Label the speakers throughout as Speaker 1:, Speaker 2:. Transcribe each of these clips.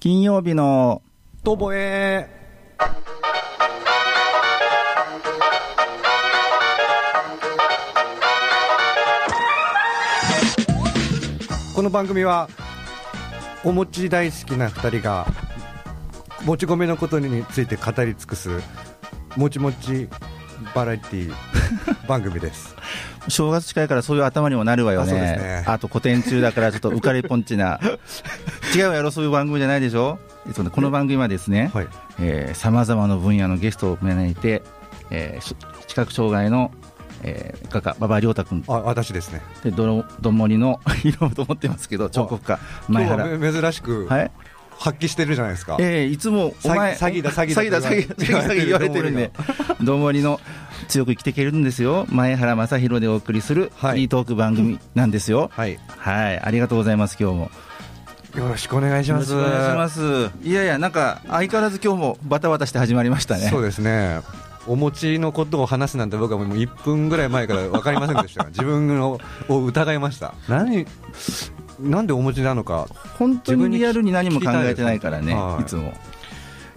Speaker 1: 金曜日の
Speaker 2: とぼえこの番組はお餅大好きな2人がもち米のことについて語り尽くすもちもちバラエティ 番組です
Speaker 1: 正月近いからそういう頭にもなるわよ
Speaker 2: あ
Speaker 1: ね。
Speaker 2: そうですね
Speaker 1: あと古典中だからちょっと浮かれぽんち な。違うやろ、そういう番組じゃないでしょえっとねこの番組はですね、
Speaker 2: はい
Speaker 1: さまざまな分野のゲストを招いて、えーし視覚障害の、えー画家、馬場亮太君、
Speaker 2: あ私ですね
Speaker 1: でどろどんもりの 色と思ってますけど、彫刻家、前
Speaker 2: 今日
Speaker 1: 原。
Speaker 2: は珍しく
Speaker 1: はい
Speaker 2: 発揮してるじゃないですか、
Speaker 1: ええいつもお前
Speaker 2: 詐欺詐欺だ詐欺だ
Speaker 1: 詐欺だ詐欺だ詐欺だ詐欺だ言われてるんでどうもりの強く生きていけるんですよ前原正宏でお送りする
Speaker 2: はい
Speaker 1: いいトーク番組なんですよ
Speaker 2: はい
Speaker 1: はいありがとうございます今日も
Speaker 2: よろしくお願いし
Speaker 1: よ
Speaker 2: ま
Speaker 1: ろし
Speaker 2: す
Speaker 1: くお願いしますいやいやなんか相変わらず今日もバタバタして始まりましたね
Speaker 2: そうですねお餅のことを話すなんて僕はもう1分ぐらい前から分かりません でした自分のを疑いました何なんでお餅なのか
Speaker 1: 本当にリアルに何も考えてないからね
Speaker 2: 自分に聞きたい
Speaker 1: いつも
Speaker 2: い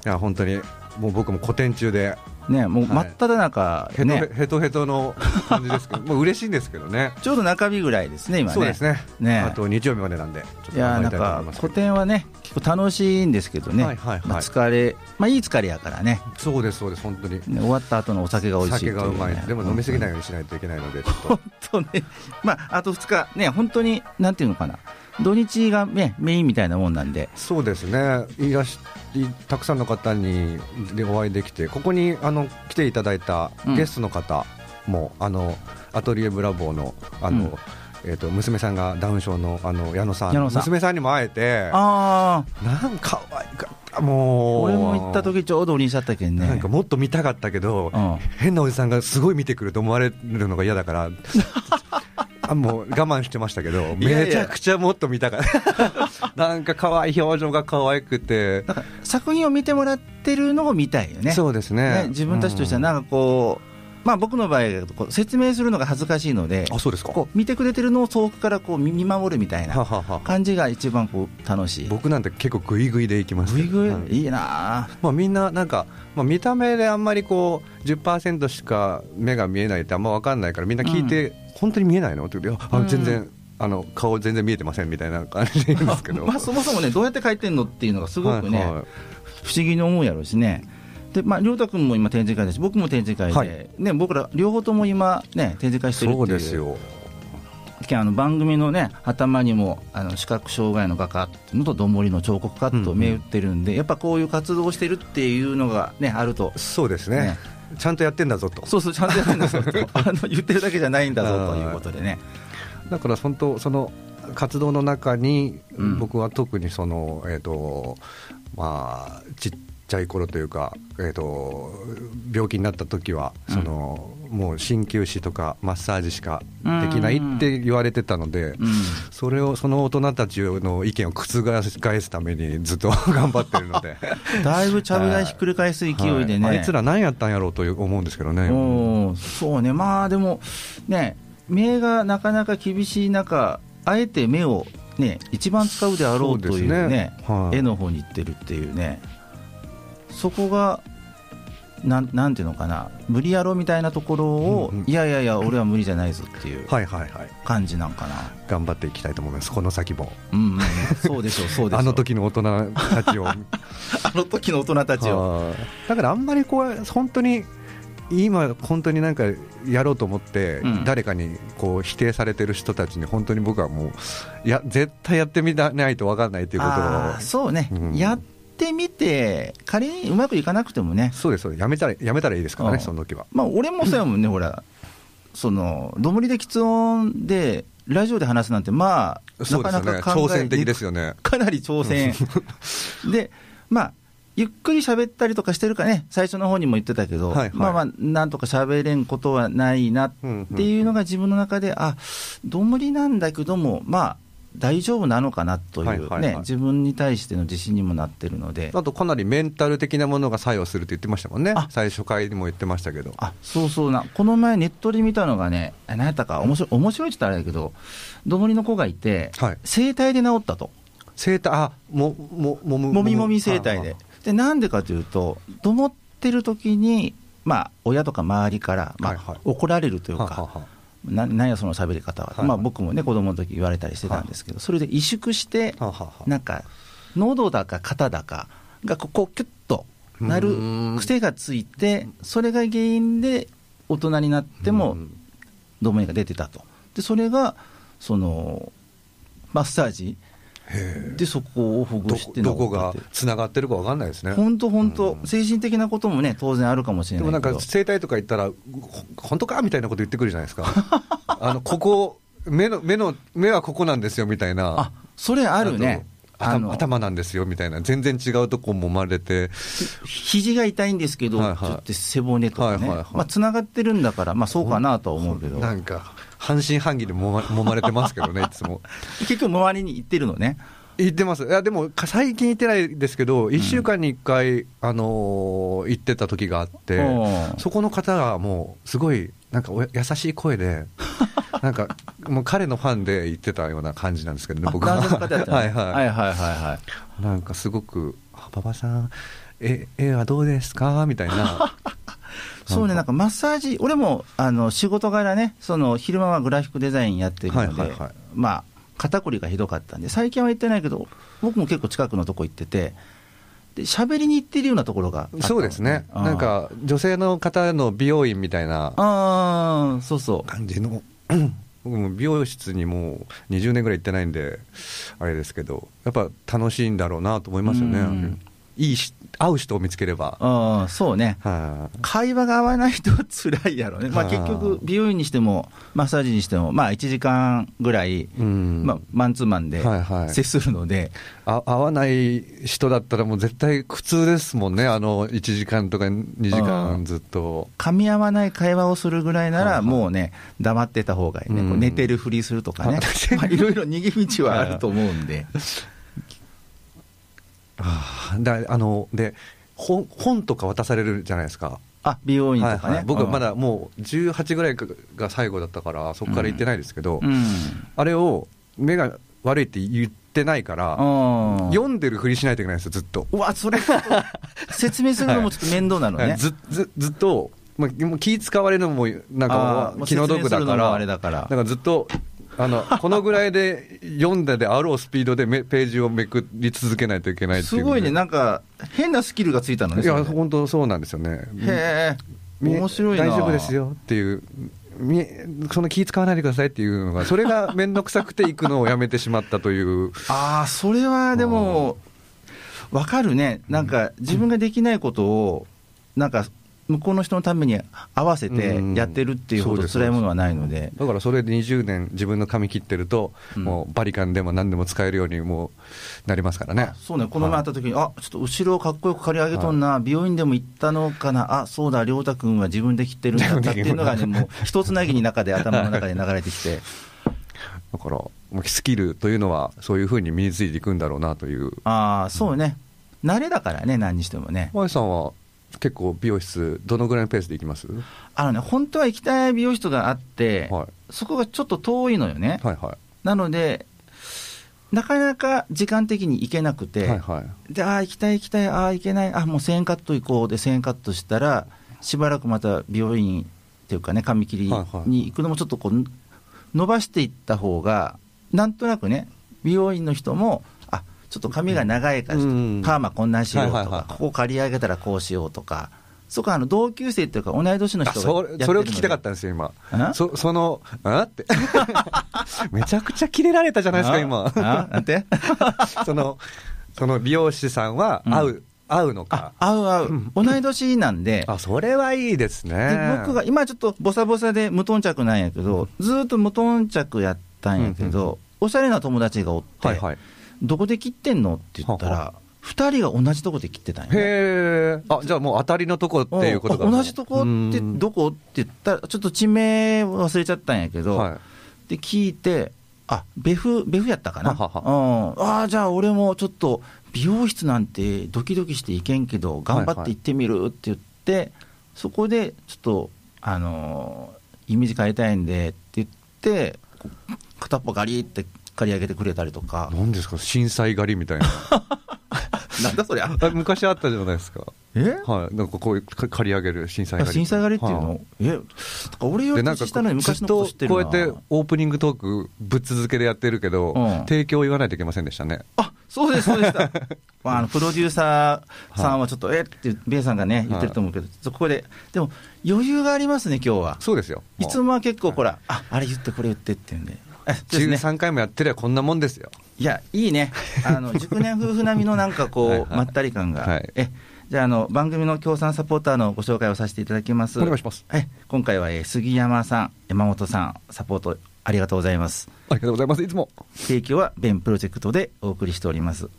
Speaker 2: や本当にもう僕も古典中で
Speaker 1: ねもう真
Speaker 2: はい
Speaker 1: っ只中
Speaker 2: ヘトヘ
Speaker 1: ね
Speaker 2: ヘトヘトの感 じですけどもう嬉しいんですけどね
Speaker 1: ちょうど中日ぐらいですね今ね
Speaker 2: そうですね
Speaker 1: ね
Speaker 2: あと日曜日までなんでちょっ
Speaker 1: い
Speaker 2: と
Speaker 1: や
Speaker 2: 頑張
Speaker 1: なん
Speaker 2: りたいと思
Speaker 1: か
Speaker 2: いますけ
Speaker 1: 古
Speaker 2: ど
Speaker 1: 典はね結構楽しいんですけどね、
Speaker 2: はいはいはい
Speaker 1: まあ、疲れまあいい疲れやからね
Speaker 2: そうですそうです本当に
Speaker 1: ね終わった後のお酒が美味しい
Speaker 2: 酒がうまいでも飲みすぎな
Speaker 1: い
Speaker 2: いようにしないといけないのでちょっと
Speaker 1: 本当ねまああと2日ね本当になんていうのかな土日がねメインみたいなもんなんで
Speaker 2: そうですねいらしたくさんの方にでお会いできてここにあの来ていただいた
Speaker 1: うん
Speaker 2: ゲストの方も、あのアトリエブラボーのあの、えー、と娘さんがダウン症のあの矢野さん
Speaker 1: 矢野さん
Speaker 2: 娘さんにも会えて
Speaker 1: ああ
Speaker 2: なんか可愛かったもう
Speaker 1: 俺も行った時ちょうどおりしちゃったけんね
Speaker 2: なんかもっと見たかったけど、
Speaker 1: うん
Speaker 2: 変なおじさんがすごい見てくると思われるのが嫌だから あもう我慢してましたけど
Speaker 1: やいや
Speaker 2: めちゃくちゃもっと見たかった なんか可愛い表情が可愛くて
Speaker 1: なんか作品を見てもらってるのを見たいよね
Speaker 2: そうですね
Speaker 1: ね自分たちとしてはなんかこう、まあ僕の場合こう説明するのが恥ずかしいので
Speaker 2: うんあそうですか
Speaker 1: こう見てくれてるのを遠くからこう見見守るみたい
Speaker 2: は
Speaker 1: な
Speaker 2: はは
Speaker 1: 感じが一番こう楽しい。
Speaker 2: 僕なんて結構グイグイでいきます
Speaker 1: ぐいぐい
Speaker 2: はい
Speaker 1: いいなあ
Speaker 2: まあ、みんななんか、まあ、見た目であんまりこう10%しか目が見えないってあんま分かんないからみんな聞いて、本当に見えないのって言うといやあ全然、あの顔全然見えてませんみたいな感じで言うんですけど、
Speaker 1: まあそもそもねどうやって書いてんのっていうのがすごくね、
Speaker 2: はいはい
Speaker 1: 不思議に思うやろうしね。でまあ、亮太君も今展示会だし僕も展示会で、
Speaker 2: はい
Speaker 1: ね、僕ら両方とも今、ね、展示会してるってい
Speaker 2: そううですよ
Speaker 1: けんあの番組の、ね、頭にもあの視覚障害の画家っていうのとどんぼりの彫刻家と銘打ってるんで、やっぱこういう活動をしてるっていうのが、ね、あると
Speaker 2: そうですね
Speaker 1: ね
Speaker 2: ちゃんとやってんだぞと
Speaker 1: そうそうちゃんとやってるんだぞとあの言ってるだけじゃないんだぞということでね。
Speaker 2: だから本当その活動の中に、
Speaker 1: うん
Speaker 2: 僕は特にそのえっ、とまあちっちゃい頃というか、えー、と病気になった時はその、もう鍼灸師とかマッサージしかできないって言われてたので、
Speaker 1: うん
Speaker 2: それをその大人たちの意見を覆すためにずっと 頑張ってるので
Speaker 1: だいぶちゃぶ台ひっくり返す 勢いでね、
Speaker 2: はいあいつら何やったんやろうという思うんですけどね
Speaker 1: おーそうね、まあでも、ね、目がなかなか厳しい中、あえて目を、ね、一番使うであろうと
Speaker 2: そう
Speaker 1: い
Speaker 2: で
Speaker 1: うね、
Speaker 2: すねはい
Speaker 1: 絵の方に行ってるっていうね、そこが、なんなんていうのかな、無理やろみたいなところを、
Speaker 2: うんうん
Speaker 1: いやいやいや、俺は無理じゃないぞっていう
Speaker 2: はいはいはい
Speaker 1: 感じなんかな。
Speaker 2: 頑張っていきたいと思いますこの先も
Speaker 1: うんうんうん、そうでしょう、そうでしょう。
Speaker 2: あの時の大人た ちを
Speaker 1: あの時の大人たちを。
Speaker 2: だからあんまりこう本当に今本当になんかやろうと思って
Speaker 1: うん
Speaker 2: 誰かにこう否定されてる人たちに本当に僕はもういや絶対やってみないと分かんないっていうこと
Speaker 1: あー
Speaker 2: を
Speaker 1: そうね、
Speaker 2: うん
Speaker 1: やってみて、仮にうまくいかなくてもね、
Speaker 2: そうですそうですやめたらやめたらいいですから
Speaker 1: う
Speaker 2: ね
Speaker 1: ん
Speaker 2: その時は
Speaker 1: まあ、俺もそうやもんね、ほら、その、どもりで喫音で、ラジオで話すなんて、まあ、
Speaker 2: そうですよね
Speaker 1: なかなか考え
Speaker 2: 挑戦的ですよね
Speaker 1: かなり挑戦。で、まあ、ゆっくり喋ったりとかしてるからね、最初の方にも言ってたけど、
Speaker 2: はいはい
Speaker 1: まあまあ、なんとか喋れんことはないなっていうのが自分の中で、あ、どんぶりなんだけども、まあ、大丈夫なのかなというね、
Speaker 2: はいはいはい
Speaker 1: 自分に対しての自信にもなってるので、
Speaker 2: あとかなりメンタル的なものが作用するって言ってましたもんね
Speaker 1: あ
Speaker 2: 最初回にも言ってましたけど
Speaker 1: あそうそうな、この前、ネットで見たのがね、あ何やったか、面白い面白いって言ったらあれだけど、どもりの子がいて、
Speaker 2: はい
Speaker 1: 整体で治ったと、
Speaker 2: 生態あもももむ
Speaker 1: もみもみ生態で。で、なんでかというと、と思ってる時に、まあ、親とか周りから、まあ
Speaker 2: はいはい
Speaker 1: 怒られるという
Speaker 2: はあはあはあ
Speaker 1: か、ななんやその喋り方は、
Speaker 2: はい
Speaker 1: まあ、僕もね、子供の時言われたりしてたんですけど、それで萎縮して、
Speaker 2: はあはあはあ
Speaker 1: なんか、喉だか肩だかがここ、キュッとな
Speaker 2: う
Speaker 1: る
Speaker 2: ーん
Speaker 1: 癖がついて、それが原因で、大人になっても
Speaker 2: う、ん
Speaker 1: ドメが出てたと。で、それが、その、マッサージ
Speaker 2: へ
Speaker 1: でそこをほ
Speaker 2: ど
Speaker 1: ぐして
Speaker 2: どこ
Speaker 1: 治っ
Speaker 2: が
Speaker 1: て
Speaker 2: つながってるかわかんないですね
Speaker 1: 本当、本当
Speaker 2: う、
Speaker 1: 精神的なこともね、当然あるかもしれな
Speaker 2: でも
Speaker 1: い
Speaker 2: なん
Speaker 1: け
Speaker 2: か
Speaker 1: ど、
Speaker 2: 整体とか行ったら、ほ本当かみたいなこと言ってくるじゃないで すか、あのここ目の目の、目はここなんですよみたいな、
Speaker 1: あそれあるね、あ
Speaker 2: あと頭
Speaker 1: の
Speaker 2: 頭なんですよみたいな、全然違うとこ揉まれて、
Speaker 1: 肘が痛いんですけど、
Speaker 2: はい
Speaker 1: ち
Speaker 2: はい
Speaker 1: ょっと背骨とか
Speaker 2: はい
Speaker 1: ね
Speaker 2: はいはい、
Speaker 1: まあつながってるんだから、まあそうかなとは思うけど、
Speaker 2: なんか、半信半疑で揉ま揉まれてますけどね、いつも。
Speaker 1: 結局、周りに行ってるのね、
Speaker 2: 行ってますいやでも、か最近行ってないですけど、1週間に1回、あのー行ってた時があって
Speaker 1: おー、
Speaker 2: そこの方がもう、すごい、なんかおや優しい 声で、なんか、もう彼のファンで行ってたような感じなんですけどね、
Speaker 1: あ
Speaker 2: 僕は。
Speaker 1: 男性の方やった
Speaker 2: は
Speaker 1: ら
Speaker 2: い
Speaker 1: ね
Speaker 2: は。
Speaker 1: はいはいはい
Speaker 2: なんかすごく、あ馬場さん、え絵はどうですかみたいな、
Speaker 1: いそうね、なんかマッサージ、俺もあの仕事柄ね、その昼間はグラフィックデザインやってるの
Speaker 2: はい
Speaker 1: で
Speaker 2: はいはい、
Speaker 1: まあ、肩こりがひどかったんで、最近は行ってないけど、僕も結構近くのとこ行ってて、で喋りに行ってるようなところがあったの
Speaker 2: そうですね、
Speaker 1: うん
Speaker 2: なんか女性の方の美容院みたいな
Speaker 1: ああ、そうそう。
Speaker 2: 感じの、 僕も美容室にもう20年ぐらい行ってないんで、あれですけど、やっぱ楽しいんだろうなと思いますよ
Speaker 1: う
Speaker 2: ね
Speaker 1: ん、
Speaker 2: いいし、合う人を見つければ。
Speaker 1: ああ、そうね。
Speaker 2: はい
Speaker 1: 会話が合わないと辛いやろね。まあ
Speaker 2: あー
Speaker 1: 結局、美容院にしても、マッサージにしても、まあ1時間ぐらい、
Speaker 2: うん
Speaker 1: まあマンツーマンで
Speaker 2: はいはい
Speaker 1: 接するので、
Speaker 2: あ合わない人だったら、もう絶対苦痛ですもんね、あの1時間とか2時間ずっと。
Speaker 1: 噛み合わない会話をするぐらいな
Speaker 2: はいは
Speaker 1: ら、
Speaker 2: い
Speaker 1: もうね、黙ってた方がいいね。
Speaker 2: うん
Speaker 1: こう寝てるふりすると かね。まあいろいろ逃げ道はあると思うんで。
Speaker 2: あーだあので本本とか渡されるじゃないですか、
Speaker 1: あ、美容院
Speaker 2: はい
Speaker 1: とか
Speaker 2: は
Speaker 1: ね
Speaker 2: い。、僕はまだもう18ぐらいが最後だったから、そこから行ってないですけど、
Speaker 1: うん。うん。
Speaker 2: あれを目が悪いって言ってないから、
Speaker 1: あー
Speaker 2: 読んでるふりしないといけないんですよ、ずっと。
Speaker 1: うわ、それ、 説明するのもちょっと面倒なのね。
Speaker 2: ずずずっと、まあ、もう気使われるのも、なん
Speaker 1: あ
Speaker 2: か
Speaker 1: ー
Speaker 2: もう気の毒だ
Speaker 1: 説明す
Speaker 2: か
Speaker 1: るのも
Speaker 2: ら、
Speaker 1: あれだから
Speaker 2: なんかずっと。あのこのぐらいで読んだであろうスピードでめページをめくり続けないといけないっていう
Speaker 1: すごいね、なんか変なスキルがついたのね、
Speaker 2: いや
Speaker 1: それ
Speaker 2: 本当そうなんですよね
Speaker 1: へえ、
Speaker 2: み
Speaker 1: 面白いな、
Speaker 2: 大丈夫です、よっていうみその気使わないでくださいっていうのがそれが面倒くさくて行くのをやめてしまったという
Speaker 1: ああ、それはでも、わかるね、なんか自分ができないことを、なんか向こうの人のために合わせてやってるっていうほ
Speaker 2: うんそう
Speaker 1: ど
Speaker 2: です
Speaker 1: 辛いものはないので、
Speaker 2: だからそれで20年自分の髪切ってると、
Speaker 1: うん
Speaker 2: もうバリカンでも何でも使えるようにもうなりますからね
Speaker 1: そうね、この前会った時に、あちょっと後ろをかっこよく刈り上げとんな、美容院でも行ったのかな、あそうだ、亮太君は自分で切ってるんだったっていうのがね、もう一つなぎに中で、頭の中で流れてき て。
Speaker 2: だからもうスキルというのはそういうふうに身についていくんだろうなという
Speaker 1: ああ、そうね、慣れだからね、何にしてもね。
Speaker 2: マイさんは結構美容室どのぐらいのペースで行きます、
Speaker 1: あのね、本当は行きたい美容室があって、
Speaker 2: はい
Speaker 1: そこがちょっと遠いのよね。
Speaker 2: はいは
Speaker 1: なので、なかなか時間的に行けなく
Speaker 2: い
Speaker 1: て、
Speaker 2: はいはい
Speaker 1: で、ああ、行きたい行きたい、ああ、行けない、あもう1000円カット行こうで1000円カットしたら、しばらくまた美容院っていうかね、髪切りに行くのもちょっとこう、伸ばしていった方が、なんとなくね、美容院の人も、あちょっと髪が長いから、
Speaker 2: うん
Speaker 1: パーマこんなんしようと
Speaker 2: はいはいはい
Speaker 1: か、ここ刈り上げたらこうしようとか、そこはあの同級生っていうか、同い年の
Speaker 2: あ
Speaker 1: 人が
Speaker 2: そ
Speaker 1: やって
Speaker 2: れ
Speaker 1: る
Speaker 2: それを
Speaker 1: ので
Speaker 2: 聞きたかったんですよ今
Speaker 1: あ
Speaker 2: そそのあ ってめちゃくちゃキレられたじゃないですか今
Speaker 1: ああなんて
Speaker 2: そのその美容師さんは
Speaker 1: うん
Speaker 2: 合う、合うの
Speaker 1: あ
Speaker 2: か
Speaker 1: 合う合う、同い年なんで、
Speaker 2: あそれはいいですね
Speaker 1: で僕が今ちょっとボサボサで無頓着なんやけど、ずーっと無頓着やったんやけど、おしゃれな友達がおって、
Speaker 2: はいはいへ
Speaker 1: どこで切ってんのって言った
Speaker 2: は
Speaker 1: ら、2人が同じとこで切ってたんや、ね。
Speaker 2: えあじゃあもう当たりのとこっていうことだ
Speaker 1: うんあ同じとこって
Speaker 2: うん
Speaker 1: どこって言ったら、ちょっと地名忘れちゃったんやけど、
Speaker 2: はい
Speaker 1: で聞いて、あベフ、ベフやったかな、
Speaker 2: は
Speaker 1: う
Speaker 2: は
Speaker 1: ん、あーじゃあ、俺もちょっと美容室なんてドキドキしていけんけど、頑張って行ってみるって言って、そこでちょっと、あのーイメージ変えたいんでって言って、こう片っぽガリって刈り上げてくれたりとか
Speaker 2: 何ですか震災狩りみたいな
Speaker 1: なんだそりゃ
Speaker 2: あ昔あったじゃないですか
Speaker 1: え
Speaker 2: はいなんかこういうか刈り上げる震災狩
Speaker 1: 震
Speaker 2: り
Speaker 1: 災狩りっていう
Speaker 2: は
Speaker 1: の、えだから俺よ
Speaker 2: で
Speaker 1: り
Speaker 2: なんか
Speaker 1: 年下のに
Speaker 2: ず
Speaker 1: 昔の
Speaker 2: っ
Speaker 1: こと
Speaker 2: と
Speaker 1: 知ってる
Speaker 2: こ
Speaker 1: な
Speaker 2: うやってオープニングトークぶっ続けでやってるけど、
Speaker 1: うん
Speaker 2: 提供言わないといけませんでしたね
Speaker 1: あそうです、そうで した、まあ、あのプロデューサーさんはちょっと、えって、ベイさんがね、言ってると思うけど、ちょっとここで、でも余裕がありますね、今日は。
Speaker 2: そうですよ
Speaker 1: いつもは結構、ほら、ああれ言って、これ言ってっていうんで、あそうですね、
Speaker 2: 13回もやってりゃこんなもんですよ
Speaker 1: いや、いいね、あ の熟年夫婦並みのなんかこう、
Speaker 2: はいはい
Speaker 1: まったり感が。
Speaker 2: はい
Speaker 1: えじゃああの、番組の協賛サポーターのご紹介をさせていただきます。
Speaker 2: お願いします
Speaker 1: はい、今回は、えー杉山さん、山本さん、サポートありがとうございます。
Speaker 2: ありがとうございますいつも
Speaker 1: 提供は、ベンプロジェクトでお送りしております。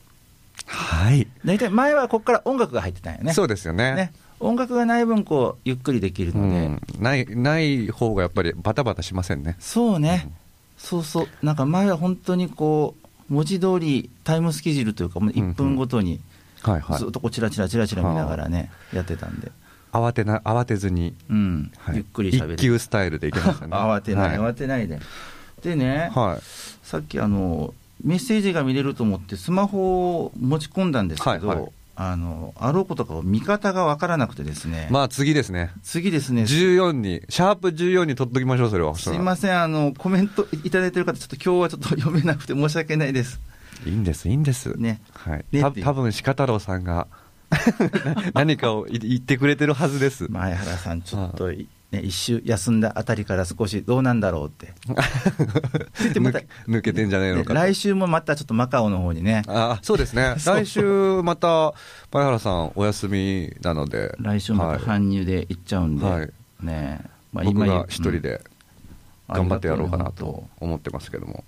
Speaker 2: はい、
Speaker 1: 大体前はここから音楽が入ってたんよね。
Speaker 2: そうですよね
Speaker 1: ね、音楽がない分こうゆっくりできる
Speaker 2: う
Speaker 1: ので、
Speaker 2: ん、ないない方がやっぱりバタバタしませんね
Speaker 1: そうね、そうそうなんか前は本当にこう文字通りタイムスケジュールというかもう1分ごとに
Speaker 2: はいはい
Speaker 1: ずっとこうチラチラチラチラ見ながらね、やってたんで、
Speaker 2: 慌てな慌てずに、
Speaker 1: うん
Speaker 2: はい
Speaker 1: ゆっくり喋
Speaker 2: 一
Speaker 1: る
Speaker 2: 級スタイルでいけました ね
Speaker 1: 慌てない、
Speaker 2: は
Speaker 1: 慌てないででね、
Speaker 2: はい
Speaker 1: さっきあのメッセージが見れると思ってスマホを持ち込んだんですけど、
Speaker 2: はいはい
Speaker 1: あのあろうことかを見方が分からなくてですね、
Speaker 2: まあ次ですね
Speaker 1: 次ですね
Speaker 2: 14にシャープ14に取っときましょうそれは
Speaker 1: すいません、あのコメントいただいてる方、ちょっと今日はちょっと読めなくて申し訳ないです。
Speaker 2: いいんですいいんです
Speaker 1: ね
Speaker 2: はい、
Speaker 1: ね
Speaker 2: た
Speaker 1: っていう
Speaker 2: 多分鹿太郎さんが 何かをい言ってくれてるはずです、
Speaker 1: 前原さん、ちょっとい、ね、一周休んだあたりから少しどうなんだろうって、
Speaker 2: 抜け
Speaker 1: また
Speaker 2: 抜けてんじゃねえのか
Speaker 1: で
Speaker 2: と
Speaker 1: 来週もまたちょっとマカオの方にね、
Speaker 2: あそうですね
Speaker 1: そう
Speaker 2: 来週また前原さんお休みなので
Speaker 1: 来週また
Speaker 2: はい
Speaker 1: 搬入で行っちゃうんで、
Speaker 2: はい
Speaker 1: ねま
Speaker 2: 僕
Speaker 1: 言う
Speaker 2: が一人で
Speaker 1: うん
Speaker 2: 頑張ってやろうかな
Speaker 1: ありがう
Speaker 2: と
Speaker 1: ね
Speaker 2: 思ってますけども、
Speaker 1: 本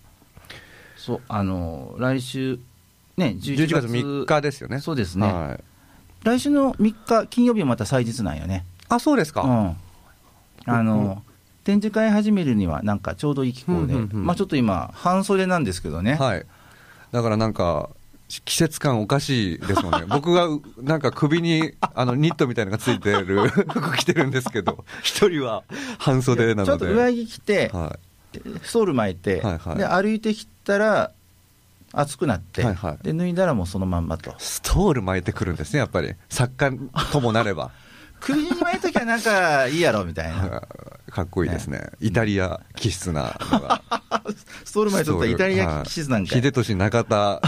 Speaker 1: 当そうあの来週、ね、
Speaker 2: 11
Speaker 1: 11
Speaker 2: 月3日ですよね
Speaker 1: そうですね、
Speaker 2: はい
Speaker 1: 来週の3日、金曜日もまた祭日なんよね。
Speaker 2: あそうですか、
Speaker 1: うん、あの展示会始めるにはなんかちょうどいい気候で、
Speaker 2: うんうんうん
Speaker 1: まあ、ちょっと今半袖なんですけどね、
Speaker 2: はい、だからなんか、し季節感おかしいで すもんね、僕がうなんか首にあのニットみたいなのがついて る服着てるんですけど、一人は半袖な
Speaker 1: ちょ
Speaker 2: の
Speaker 1: っと
Speaker 2: で、
Speaker 1: 上着着て、
Speaker 2: は
Speaker 1: ストール巻いて、
Speaker 2: はいはい
Speaker 1: で歩いてきたら暑くなって、
Speaker 2: はいはい
Speaker 1: で脱いだらもうそのまんまと
Speaker 2: い、ストール巻いてくるんですね、やっぱり、作家ともなれば、
Speaker 1: 首に巻いときゃなんかいいやろみたいな
Speaker 2: はいかっこいいですね、イタリア気質なのが。
Speaker 1: ストール巻いとったらイタリア
Speaker 2: はい
Speaker 1: 気質なんかい
Speaker 2: 秀俊中田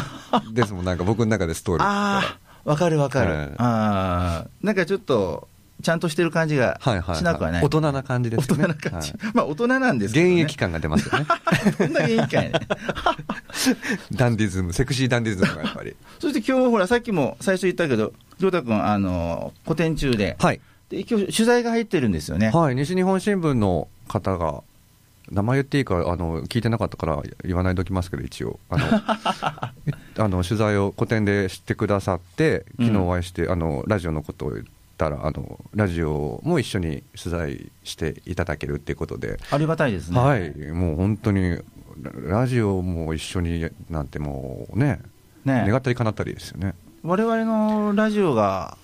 Speaker 2: ですもん、なんか僕の中でストール。
Speaker 1: ああわかるわかる、
Speaker 2: はい
Speaker 1: ああなんかちょっとちゃんとしてる感じが
Speaker 2: はいはい
Speaker 1: しなくはない、
Speaker 2: 大人な感じですよ
Speaker 1: 大
Speaker 2: ね。
Speaker 1: 人な感じ、
Speaker 2: はい
Speaker 1: まあ大人なんです
Speaker 2: 現
Speaker 1: けど、ね、
Speaker 2: 役感が出ますよね。
Speaker 1: どんな元気かやね
Speaker 2: ダンディズム、セクシーダンディズムがやっぱり。
Speaker 1: そして今日ほらさっきも最初言ったけど亮太君あの個展中で,、
Speaker 2: はい。
Speaker 1: で今日取材が入ってるんですよね、
Speaker 2: はい、西日本新聞の方が、名前言っていいか、あの、聞いてなかったから言わないときますけど、一応。あの、 えあの取材を個展でしてくださって、昨日お会いして、あの、ラジオのことを言ったら、あの、ラジオも一緒に取材していただけるっていうことで、
Speaker 1: ありがたいですね、
Speaker 2: はい、もう本当に、ララジオも一緒になんてもうね、
Speaker 1: ね
Speaker 2: 願ったり叶ったりですよね。
Speaker 1: 我々のラジオが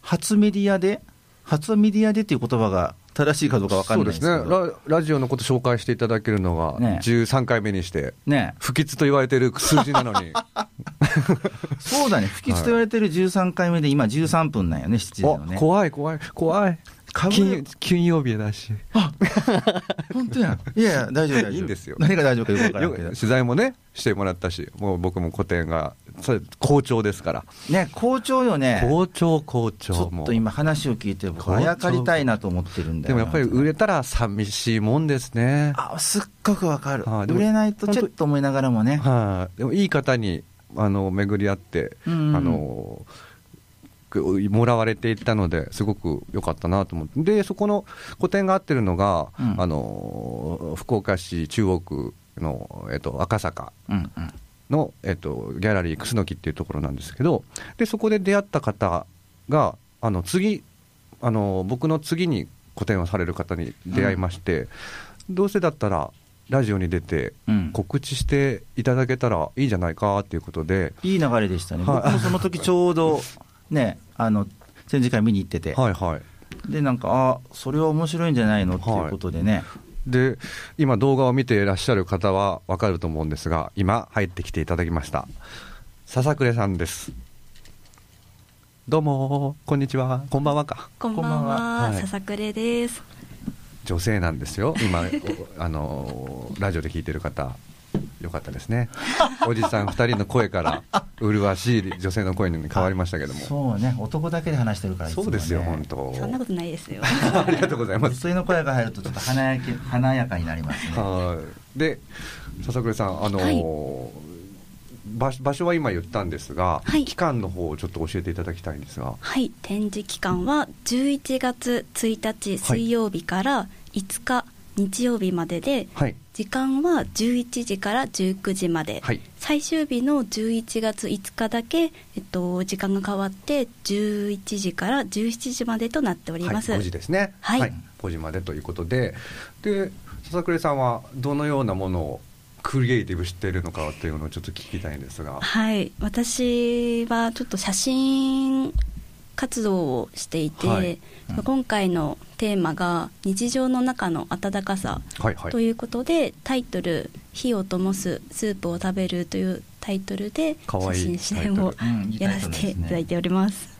Speaker 1: 初メディアで初メディアでっていう言葉が正しいかどうかわかん
Speaker 2: そ
Speaker 1: な
Speaker 2: う
Speaker 1: いで
Speaker 2: ですす
Speaker 1: け
Speaker 2: ね
Speaker 1: ど
Speaker 2: ラ、ラジオのこと紹介していただけるのが
Speaker 1: ね
Speaker 2: 13回目にして、
Speaker 1: ね
Speaker 2: 不吉と言われてる数字なの に、
Speaker 1: そうだね不吉と言われてる13回目で今13分なんよね7時
Speaker 2: お
Speaker 1: のね
Speaker 2: 怖い、怖い、怖い、
Speaker 1: 株
Speaker 2: 金金曜日だし、
Speaker 1: 本当やんいやいや大丈夫大丈夫
Speaker 2: いいんですよ
Speaker 1: 何が大丈夫かよくわから
Speaker 2: よ
Speaker 1: んけど
Speaker 2: 取材もね、してもらったし、もう僕も個展が、それ好調ですから、
Speaker 1: ね校長よね
Speaker 2: 好調、好調、
Speaker 1: ちょ
Speaker 2: も
Speaker 1: っ
Speaker 2: う
Speaker 1: と今話を聞いて僕あやかりたいなと思ってるんだ
Speaker 2: で
Speaker 1: よ
Speaker 2: も
Speaker 1: な
Speaker 2: やっぱり売れたら寂しいもんですね。
Speaker 1: あすっごくわかる、
Speaker 2: はいで
Speaker 1: 売
Speaker 2: も
Speaker 1: れないとちょっと思いながらもね、
Speaker 2: はい、でもいい方にあの巡り合って、
Speaker 1: うんうん
Speaker 2: あのくもらわれていったのですごく良かったなと思ってでそこの個展が合ってるのが、
Speaker 1: うん
Speaker 2: あの福岡市中央区の、えっと、赤坂
Speaker 1: うんうん、
Speaker 2: の、えっと、ギャラリー楠木っていうところなんですけどでそこで出会った方があの次あの僕の次に個展をされる方に出会いまして、どうせだったらラジオに出て
Speaker 1: うん
Speaker 2: 告知していただけたらいいじゃないかっていうことで、
Speaker 1: いい流れでしたね、
Speaker 2: はい
Speaker 1: 僕もその時ちょうどね、あの展示会見に行ってて、
Speaker 2: はいはい、
Speaker 1: でなんか、あそれは面白いんじゃないのっていうことでね、
Speaker 2: で今動画を見ていらっしゃる方はわかると思うんですが今入ってきていただきました笹暮さんですどうもこんにちはこんばんはか
Speaker 3: こんばん
Speaker 2: は
Speaker 3: は、
Speaker 2: い
Speaker 3: 笹暮です。
Speaker 2: 女性なんですよ今 おあのーラジオで聞いてる方よかったです ねおじさん2人の声から麗しい女性の声に変わりましたけども
Speaker 1: そうね男だけで話してるからいつも
Speaker 2: そう
Speaker 1: ね
Speaker 2: ですよ本当
Speaker 3: そんなことないですよ。
Speaker 2: ありがとうございます
Speaker 1: それの声が入るとちょっと華や け華やかになりますね
Speaker 2: はいで笹倉さんあのー場所場所は今言ったんですが、
Speaker 3: はい
Speaker 2: 期間の方をちょっと教えていただきたいんですが
Speaker 3: はい、展示期間は11月1日水曜日から5日日曜日までで、
Speaker 2: はい
Speaker 3: 時間は11時から19時まで、
Speaker 2: はい
Speaker 3: 最終日の11月5日だけ、えっと、時間が変わって11時から17時までとなっております、
Speaker 2: はい、5時ですね、
Speaker 3: はい
Speaker 2: 5時までということでで笹倉さんはどのようなものをクリエイティブしているのかというのをちょっと聞きたいんですが
Speaker 3: はい、私はちょっと写真活動をしていて、
Speaker 2: はい
Speaker 1: うん
Speaker 3: 今回のテーマが「日常の中の温かさ」
Speaker 2: はいはい
Speaker 3: ということで、タイトル「火を灯すスープを食べる」というタイトルで
Speaker 2: か
Speaker 3: 写
Speaker 2: わいい
Speaker 3: 真支援を
Speaker 2: タ
Speaker 1: イトルうんいい
Speaker 3: や
Speaker 1: タ
Speaker 3: ら
Speaker 1: イト
Speaker 3: せ
Speaker 1: ルですね
Speaker 3: ていただいております。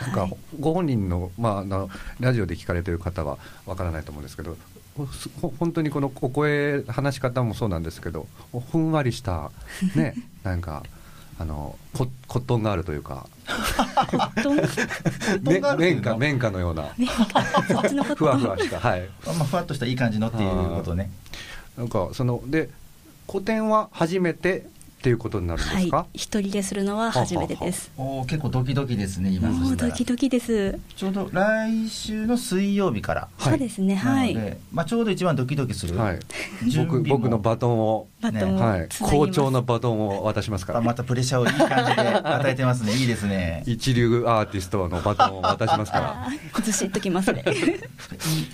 Speaker 2: なん
Speaker 3: は
Speaker 2: か
Speaker 3: い
Speaker 2: ご本人の,、まあ、あのラジオで聞かれてる方はわからないと思うんですけどほほ本当にこのお声話し方もそうなんですけどふんわりした ねなんかあのココットンガールというか
Speaker 3: どん
Speaker 1: トンガールっていうの
Speaker 2: 綿花綿花のような
Speaker 3: そっちのこと
Speaker 2: ふわふわしたはい
Speaker 1: まあ、ふわっとしたいい感じのっていうことね
Speaker 2: なんかそので古典は初めてっていうことになるんで
Speaker 3: は
Speaker 2: す
Speaker 3: い
Speaker 2: か、、
Speaker 3: 一人でするのは初めてです。
Speaker 1: おー結構ドキドキですね今そ
Speaker 3: も
Speaker 1: し
Speaker 3: う
Speaker 1: た
Speaker 3: ド
Speaker 1: ら
Speaker 3: キドキです。
Speaker 1: ちょうど来週の水曜日から
Speaker 2: はい
Speaker 3: そうですね、
Speaker 1: な
Speaker 3: は
Speaker 1: の
Speaker 3: い
Speaker 1: で、。まあ、ちょうど一番ドキドキする、
Speaker 2: はい
Speaker 1: 準備
Speaker 2: 僕
Speaker 1: も
Speaker 2: 僕のバトンを、
Speaker 3: バトンをつな
Speaker 2: は
Speaker 3: ぎ
Speaker 2: い
Speaker 3: ま、す。
Speaker 2: 好調のバトンを渡しますから
Speaker 1: あまたプレッシャーをいい感じで与えてますねいいですね
Speaker 2: 一流アーティストのバトンを渡しますから
Speaker 3: あーずしっときますね。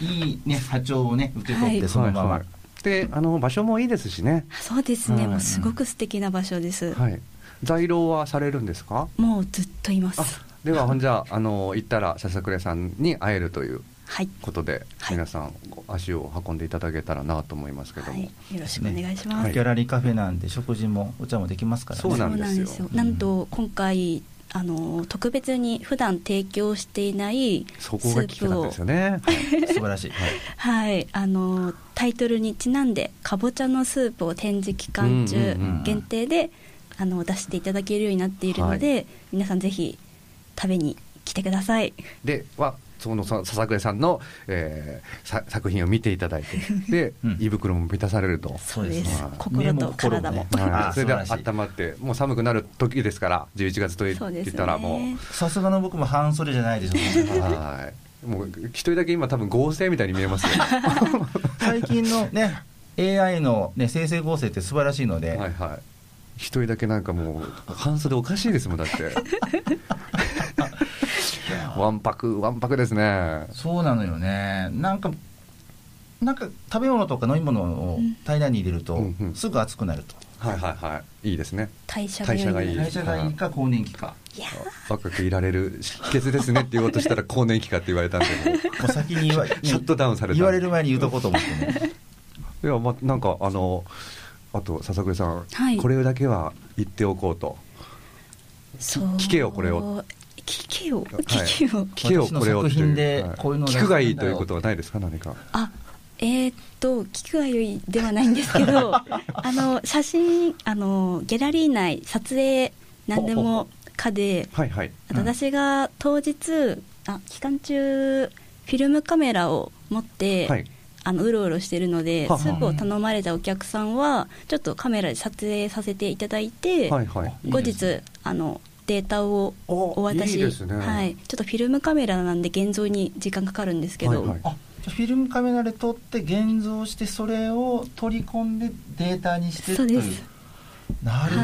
Speaker 1: いいいいね波長をね受け取っ
Speaker 3: は
Speaker 1: て
Speaker 3: い
Speaker 1: そのまま、
Speaker 2: はいはいであの場所もいいですしね、
Speaker 3: そうです
Speaker 2: は
Speaker 3: ね、
Speaker 2: い
Speaker 3: もうすごく素敵な場所です。
Speaker 2: はい、在廊はされるんですか
Speaker 3: もうずっといま
Speaker 2: あ
Speaker 3: す。
Speaker 2: で はほんじゃあの行ったら笹倉さんに会えるという
Speaker 3: はい。
Speaker 2: ことで、
Speaker 3: はい
Speaker 2: 皆さんご足を運んでいただけたらなと思いますけど
Speaker 3: は
Speaker 2: も、
Speaker 3: い、よろしくお願いします。
Speaker 2: はい
Speaker 1: ギャラリーカフェなんで食事もお茶もできますからね
Speaker 2: そうなんですよ
Speaker 1: うん
Speaker 3: なんと今回あの特別に普段提供していないス
Speaker 2: そこが聞きたかっ
Speaker 3: ープ
Speaker 2: た
Speaker 3: を
Speaker 2: ですよね、はい
Speaker 1: 素晴らしい、
Speaker 3: はいあのタイトルにちなんでかぼちゃのスープを展示期間中
Speaker 2: うんうん
Speaker 1: うん
Speaker 3: 限定で、あの出していただけるようになっているので、皆さんぜひ食べに来てください。
Speaker 2: ではそのさ笹倉さんの、えーさ作品を見ていただい てで、
Speaker 1: うん
Speaker 2: 胃袋も満たされると。
Speaker 3: そうです心と体も
Speaker 1: 目心ねあ
Speaker 2: は
Speaker 1: ー
Speaker 2: い、
Speaker 1: 素
Speaker 2: それ
Speaker 1: 晴
Speaker 2: で
Speaker 1: らしい
Speaker 2: 温まってもう寒くなる時ですから11月と言
Speaker 3: そうです
Speaker 2: っ
Speaker 3: よね
Speaker 2: たらもう
Speaker 1: さすがの僕も半袖じゃないでしょうね
Speaker 2: はいもう一人だけ今多分合成みたいに見 えますよ
Speaker 1: 最近のね AI の、ね、生成合成って素晴らしいので、
Speaker 2: はいはい一人だけなんかもう半袖おかしいですもんだって わんぱくわんぱくですね
Speaker 1: そうなのよねなんかなんか食べ物とか飲み物を体内に入れると、
Speaker 2: うんうん
Speaker 1: すぐ熱くなると
Speaker 2: はいはいはいいいですね
Speaker 3: 代謝が良いの
Speaker 2: 代謝がいい
Speaker 3: で
Speaker 1: 代謝がいいか更年期か
Speaker 3: いや
Speaker 2: 若くいられる秘訣ですねって言おうと したら更年期かって言われたんでもう
Speaker 1: もう先に言わ
Speaker 2: シャットダウンされた
Speaker 1: 言われる前に言うとこうと思って ね
Speaker 2: いやまなんかあのあと笹倉さん、
Speaker 3: はい
Speaker 2: これだけは言っておこうと
Speaker 3: そう
Speaker 2: 聞けよこれを
Speaker 3: 聞けよ
Speaker 2: はい
Speaker 3: 聞けよ、
Speaker 2: 聞けよ
Speaker 1: 私の
Speaker 2: これをっていう
Speaker 1: 作品で
Speaker 2: はい
Speaker 1: こういうのを出
Speaker 2: 聞
Speaker 1: すんだよ
Speaker 2: くがいいということはないですか何か
Speaker 3: あえーっと聞くがよいではないんですけど あの写真あのギャラリー内撮影何でもかで
Speaker 2: はいはい
Speaker 3: あと
Speaker 1: うん
Speaker 3: 私が当日、あ期間中フィルムカメラを持って、
Speaker 2: はい
Speaker 3: あのうろうろしてるので
Speaker 2: はは
Speaker 3: スープを頼まれたお客さんはちょっとカメラで撮影させていただいて、
Speaker 2: はいはい
Speaker 3: 後
Speaker 1: いいです
Speaker 3: 日
Speaker 1: ね
Speaker 3: あのデータを
Speaker 2: お
Speaker 3: お渡し
Speaker 2: いいですね
Speaker 3: はい、ちょっとフィルムカメラなんで現像に時間かかるんですけど、
Speaker 2: はいはい
Speaker 1: あじゃあフィルムカメラで撮って現像してそれを取り込んでデータにして
Speaker 3: そうです
Speaker 1: というなるほど、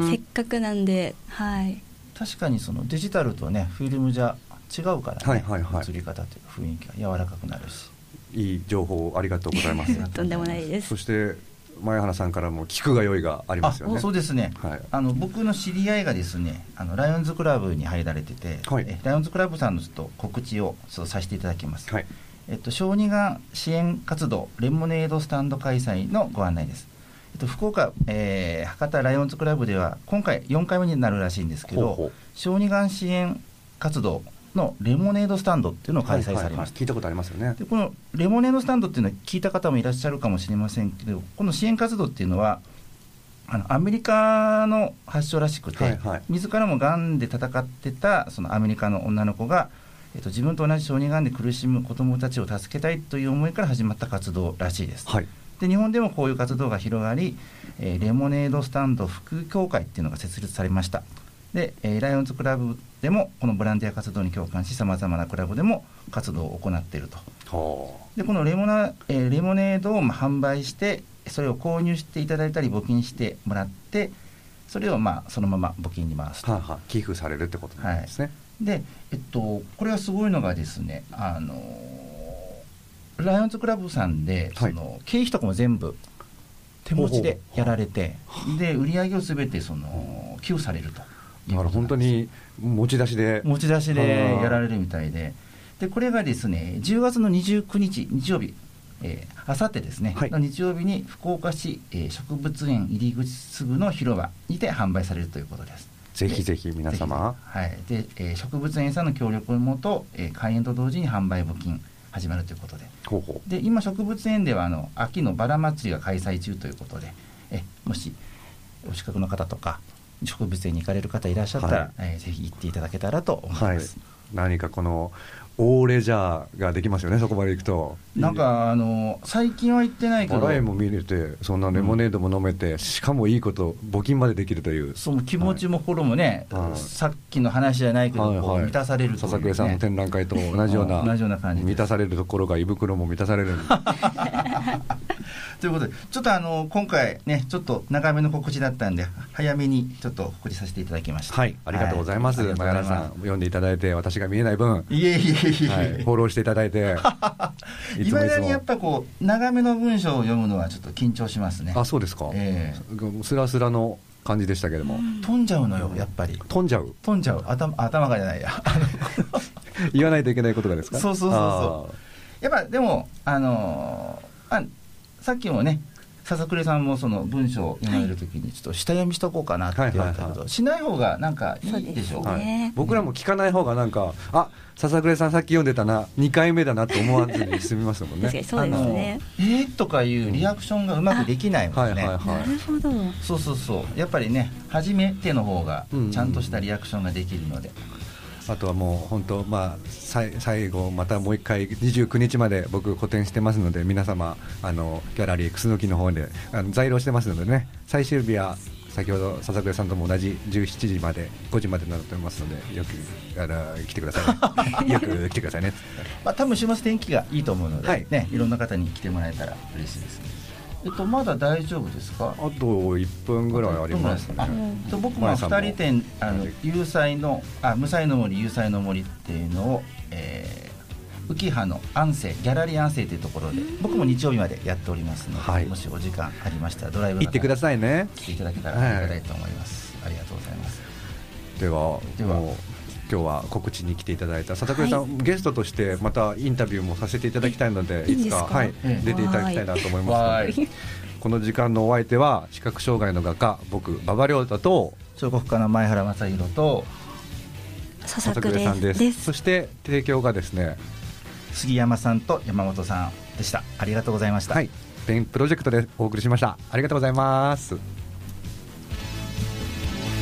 Speaker 3: はい、せっかくなんで、はい、
Speaker 1: 確かにそのデジタルとねフィルムじゃ違うからね、
Speaker 2: はいはいはい
Speaker 1: 映り方というか雰囲気が柔らかくなるし
Speaker 2: いい情報ありがとうございます
Speaker 1: ありが
Speaker 3: とんでも ないです
Speaker 2: そ。して前原さんからも聞くが良いがありますよね
Speaker 1: そうですね、
Speaker 2: はい
Speaker 1: あの僕の知り合いがですねあのライオンズクラブに入られてて、
Speaker 2: はい
Speaker 1: えライオンズクラブさんのちょっと告知をちょっとさせていただきます、
Speaker 2: はい
Speaker 1: えっと、小児がん支援活動レモネードスタンド開催のご案内です。えっと、福岡、えー博多ライオンズクラブでは今回4回目になるらしいんですけど
Speaker 2: ほうほう
Speaker 1: 小児がん支援活動のレモネードスタンドっていうのを開催さ
Speaker 2: はい
Speaker 1: れ
Speaker 2: はいは
Speaker 1: ま
Speaker 2: い
Speaker 1: す。
Speaker 2: 聞いたことありますよね
Speaker 1: でこのレモネードスタンドっていうのは聞いた方もいらっしゃるかもしれませんけどこの支援活動っていうのはあのアメリカの発祥らしくて、
Speaker 2: はいはい
Speaker 1: 自らもがんで戦ってたそのアメリカの女の子が、えっと、自分と同じ小児がんで苦しむ子どもたちを助けたいという思いから始まった活動らしいです。
Speaker 2: はい
Speaker 1: で日本でもこういう活動が広がり、えーレモネードスタンド副協会っていうのが設立されましたで、えーライオンズクラブでもこのボランティア活動に共感しさまざまなクラブでも活動を行っていると
Speaker 2: は
Speaker 1: でこのレモナ、えーレモネードをまあ販売してそれを購入していただいたり募金してもらってそれをまあそのまま募金に回す
Speaker 2: あ
Speaker 1: と
Speaker 2: はいはい寄付されるってことなんですね、
Speaker 1: で、えっと、これはすごいのがですね、あのライオンズクラブさんで、
Speaker 2: はい
Speaker 1: その経費とかも全部手持ちでやられて、で売り上げをすべてその寄付されるという
Speaker 2: だ
Speaker 1: こ
Speaker 2: か
Speaker 1: とな
Speaker 2: ら
Speaker 1: んです
Speaker 2: 本当に持ち出しで
Speaker 1: 持ち出しでやられるみたいで、でこれがですね10月の29日、日曜日、えー、あさってですね、
Speaker 2: はい
Speaker 1: の日曜日に福岡市、えー植物園入り口すぐの広場にて販売されるということです。
Speaker 2: ぜひぜひ皆様
Speaker 1: はい、で、えー植物園さんの協力のもと、えー開園と同時に販売募金始まるということで
Speaker 2: ほうほ
Speaker 1: で今植物園ではあの秋のバラ祭りが開催中ということでえもしお近くの方とか植物園に行かれる方いらっしゃったら、
Speaker 2: はい
Speaker 1: えーぜひ行っていただけたらと思
Speaker 2: う
Speaker 1: います、
Speaker 2: はい何かこのオーレジャーができますよねそこまで行くと
Speaker 1: なんかあの最近は行ってないけ
Speaker 2: バ
Speaker 1: ど
Speaker 2: ラ園も見れてそんなレモネードも飲めて、しかもいいこと募金までできるという
Speaker 1: その気持ちも心もね、
Speaker 2: はい
Speaker 1: さっきの話じゃないけど、こう満たされるという
Speaker 2: 佐々木さんの
Speaker 1: ね
Speaker 2: 展覧会と同じような
Speaker 1: 同じような感じです
Speaker 2: 満たされるところが胃袋も満たさ れる
Speaker 1: ということでちょっとあの今回ねちょっと長めの告知だったんで早めにちょっと告知させていただきました
Speaker 2: はいありがとうございます、
Speaker 1: はありが
Speaker 2: 前
Speaker 1: とう
Speaker 2: 原
Speaker 1: ござい
Speaker 2: さん
Speaker 1: ま
Speaker 2: 読んでいただいて私が見えない分、は
Speaker 1: す
Speaker 2: い、
Speaker 1: いえいえいえいえ、い
Speaker 2: フォローしていただ いていつも
Speaker 1: ま
Speaker 2: い
Speaker 1: だ
Speaker 2: つ
Speaker 1: にやっ
Speaker 2: も
Speaker 1: ぱこう長めの文章を読むのはちょっと緊張しますね
Speaker 2: あそうですか、
Speaker 1: え
Speaker 2: スラスラの感じでしたけれども、
Speaker 1: 飛んじゃうのよやっぱり
Speaker 2: 飛んじゃう
Speaker 1: 飛んじゃう頭頭がじゃないやあの
Speaker 2: 言わないといけないことがですか
Speaker 1: そうそうそうそうやっぱでもあのーあさっきもね笹倉さんもその文章を読まれるときにちょっと下読みしとこうかなって言われたけど、
Speaker 2: はいはいはい
Speaker 1: しない方がなんかい
Speaker 3: そう
Speaker 1: い
Speaker 3: です
Speaker 1: でしょう
Speaker 2: あーはい
Speaker 3: ね
Speaker 2: 僕らも聞かない方がなんかあ笹倉さんさっき読んでたな2回目だなって思わずに済みますもんね
Speaker 3: 確かにそうですね。
Speaker 1: あのえー、とかいうリアクションがうまくできないもんね、
Speaker 2: はいはいはい
Speaker 3: なるほど。
Speaker 1: そうそうそうやっぱりね初めての方が
Speaker 2: うんうん
Speaker 1: ちゃんとしたリアクションができるので、
Speaker 2: あとはもう本当、まあ、さい最後、またもう一回、29日まで僕、個展してますので、皆様、あのギャラリー、楠木の方であの在廊してますのでね、最終日は先ほど、笹倉さんとも同じ17時まで、5時までになっておりますので、よくあの来てくださいね、よく来てくださいね。
Speaker 1: まあ、多分週末天気がいいと思うので、
Speaker 2: はい
Speaker 1: いね、いろんな方に来てもらえたら嬉しいです、えっと、まだ大丈夫ですか
Speaker 2: あと1分ぐらいありますね
Speaker 1: あ。と僕も2人展あの有才のあ無才の森有才の森っていうのを、えー、浮葉の安静ギャラリー安静というところで僕も日曜日までやっておりますので、
Speaker 2: はい
Speaker 1: もしお時間ありましたらドライブ
Speaker 2: 行ってくだ
Speaker 1: い
Speaker 2: さいね。
Speaker 1: 来ていただけたらありがたいと思います、ありがとうございます
Speaker 2: では
Speaker 1: では
Speaker 2: もう今日は告知に来ていただいた佐々木さん、ゲストとしてまたインタビューもさせていただきたいので
Speaker 3: え
Speaker 2: いつか
Speaker 3: いいんですか
Speaker 2: はい
Speaker 1: ええ
Speaker 2: 出ていただきたいなと思いま
Speaker 1: わ
Speaker 2: す
Speaker 1: ーい
Speaker 2: この時間のお相手は視覚障害の画家僕馬場亮太と
Speaker 1: 彫刻家の前原正宏と
Speaker 3: 笹
Speaker 2: 倉
Speaker 3: 倉です。
Speaker 2: そして提供がですね
Speaker 1: 杉山さんと山本さんでしたありがとうございました、
Speaker 2: はいペンプロジェクトでお送りしましたありがとうございます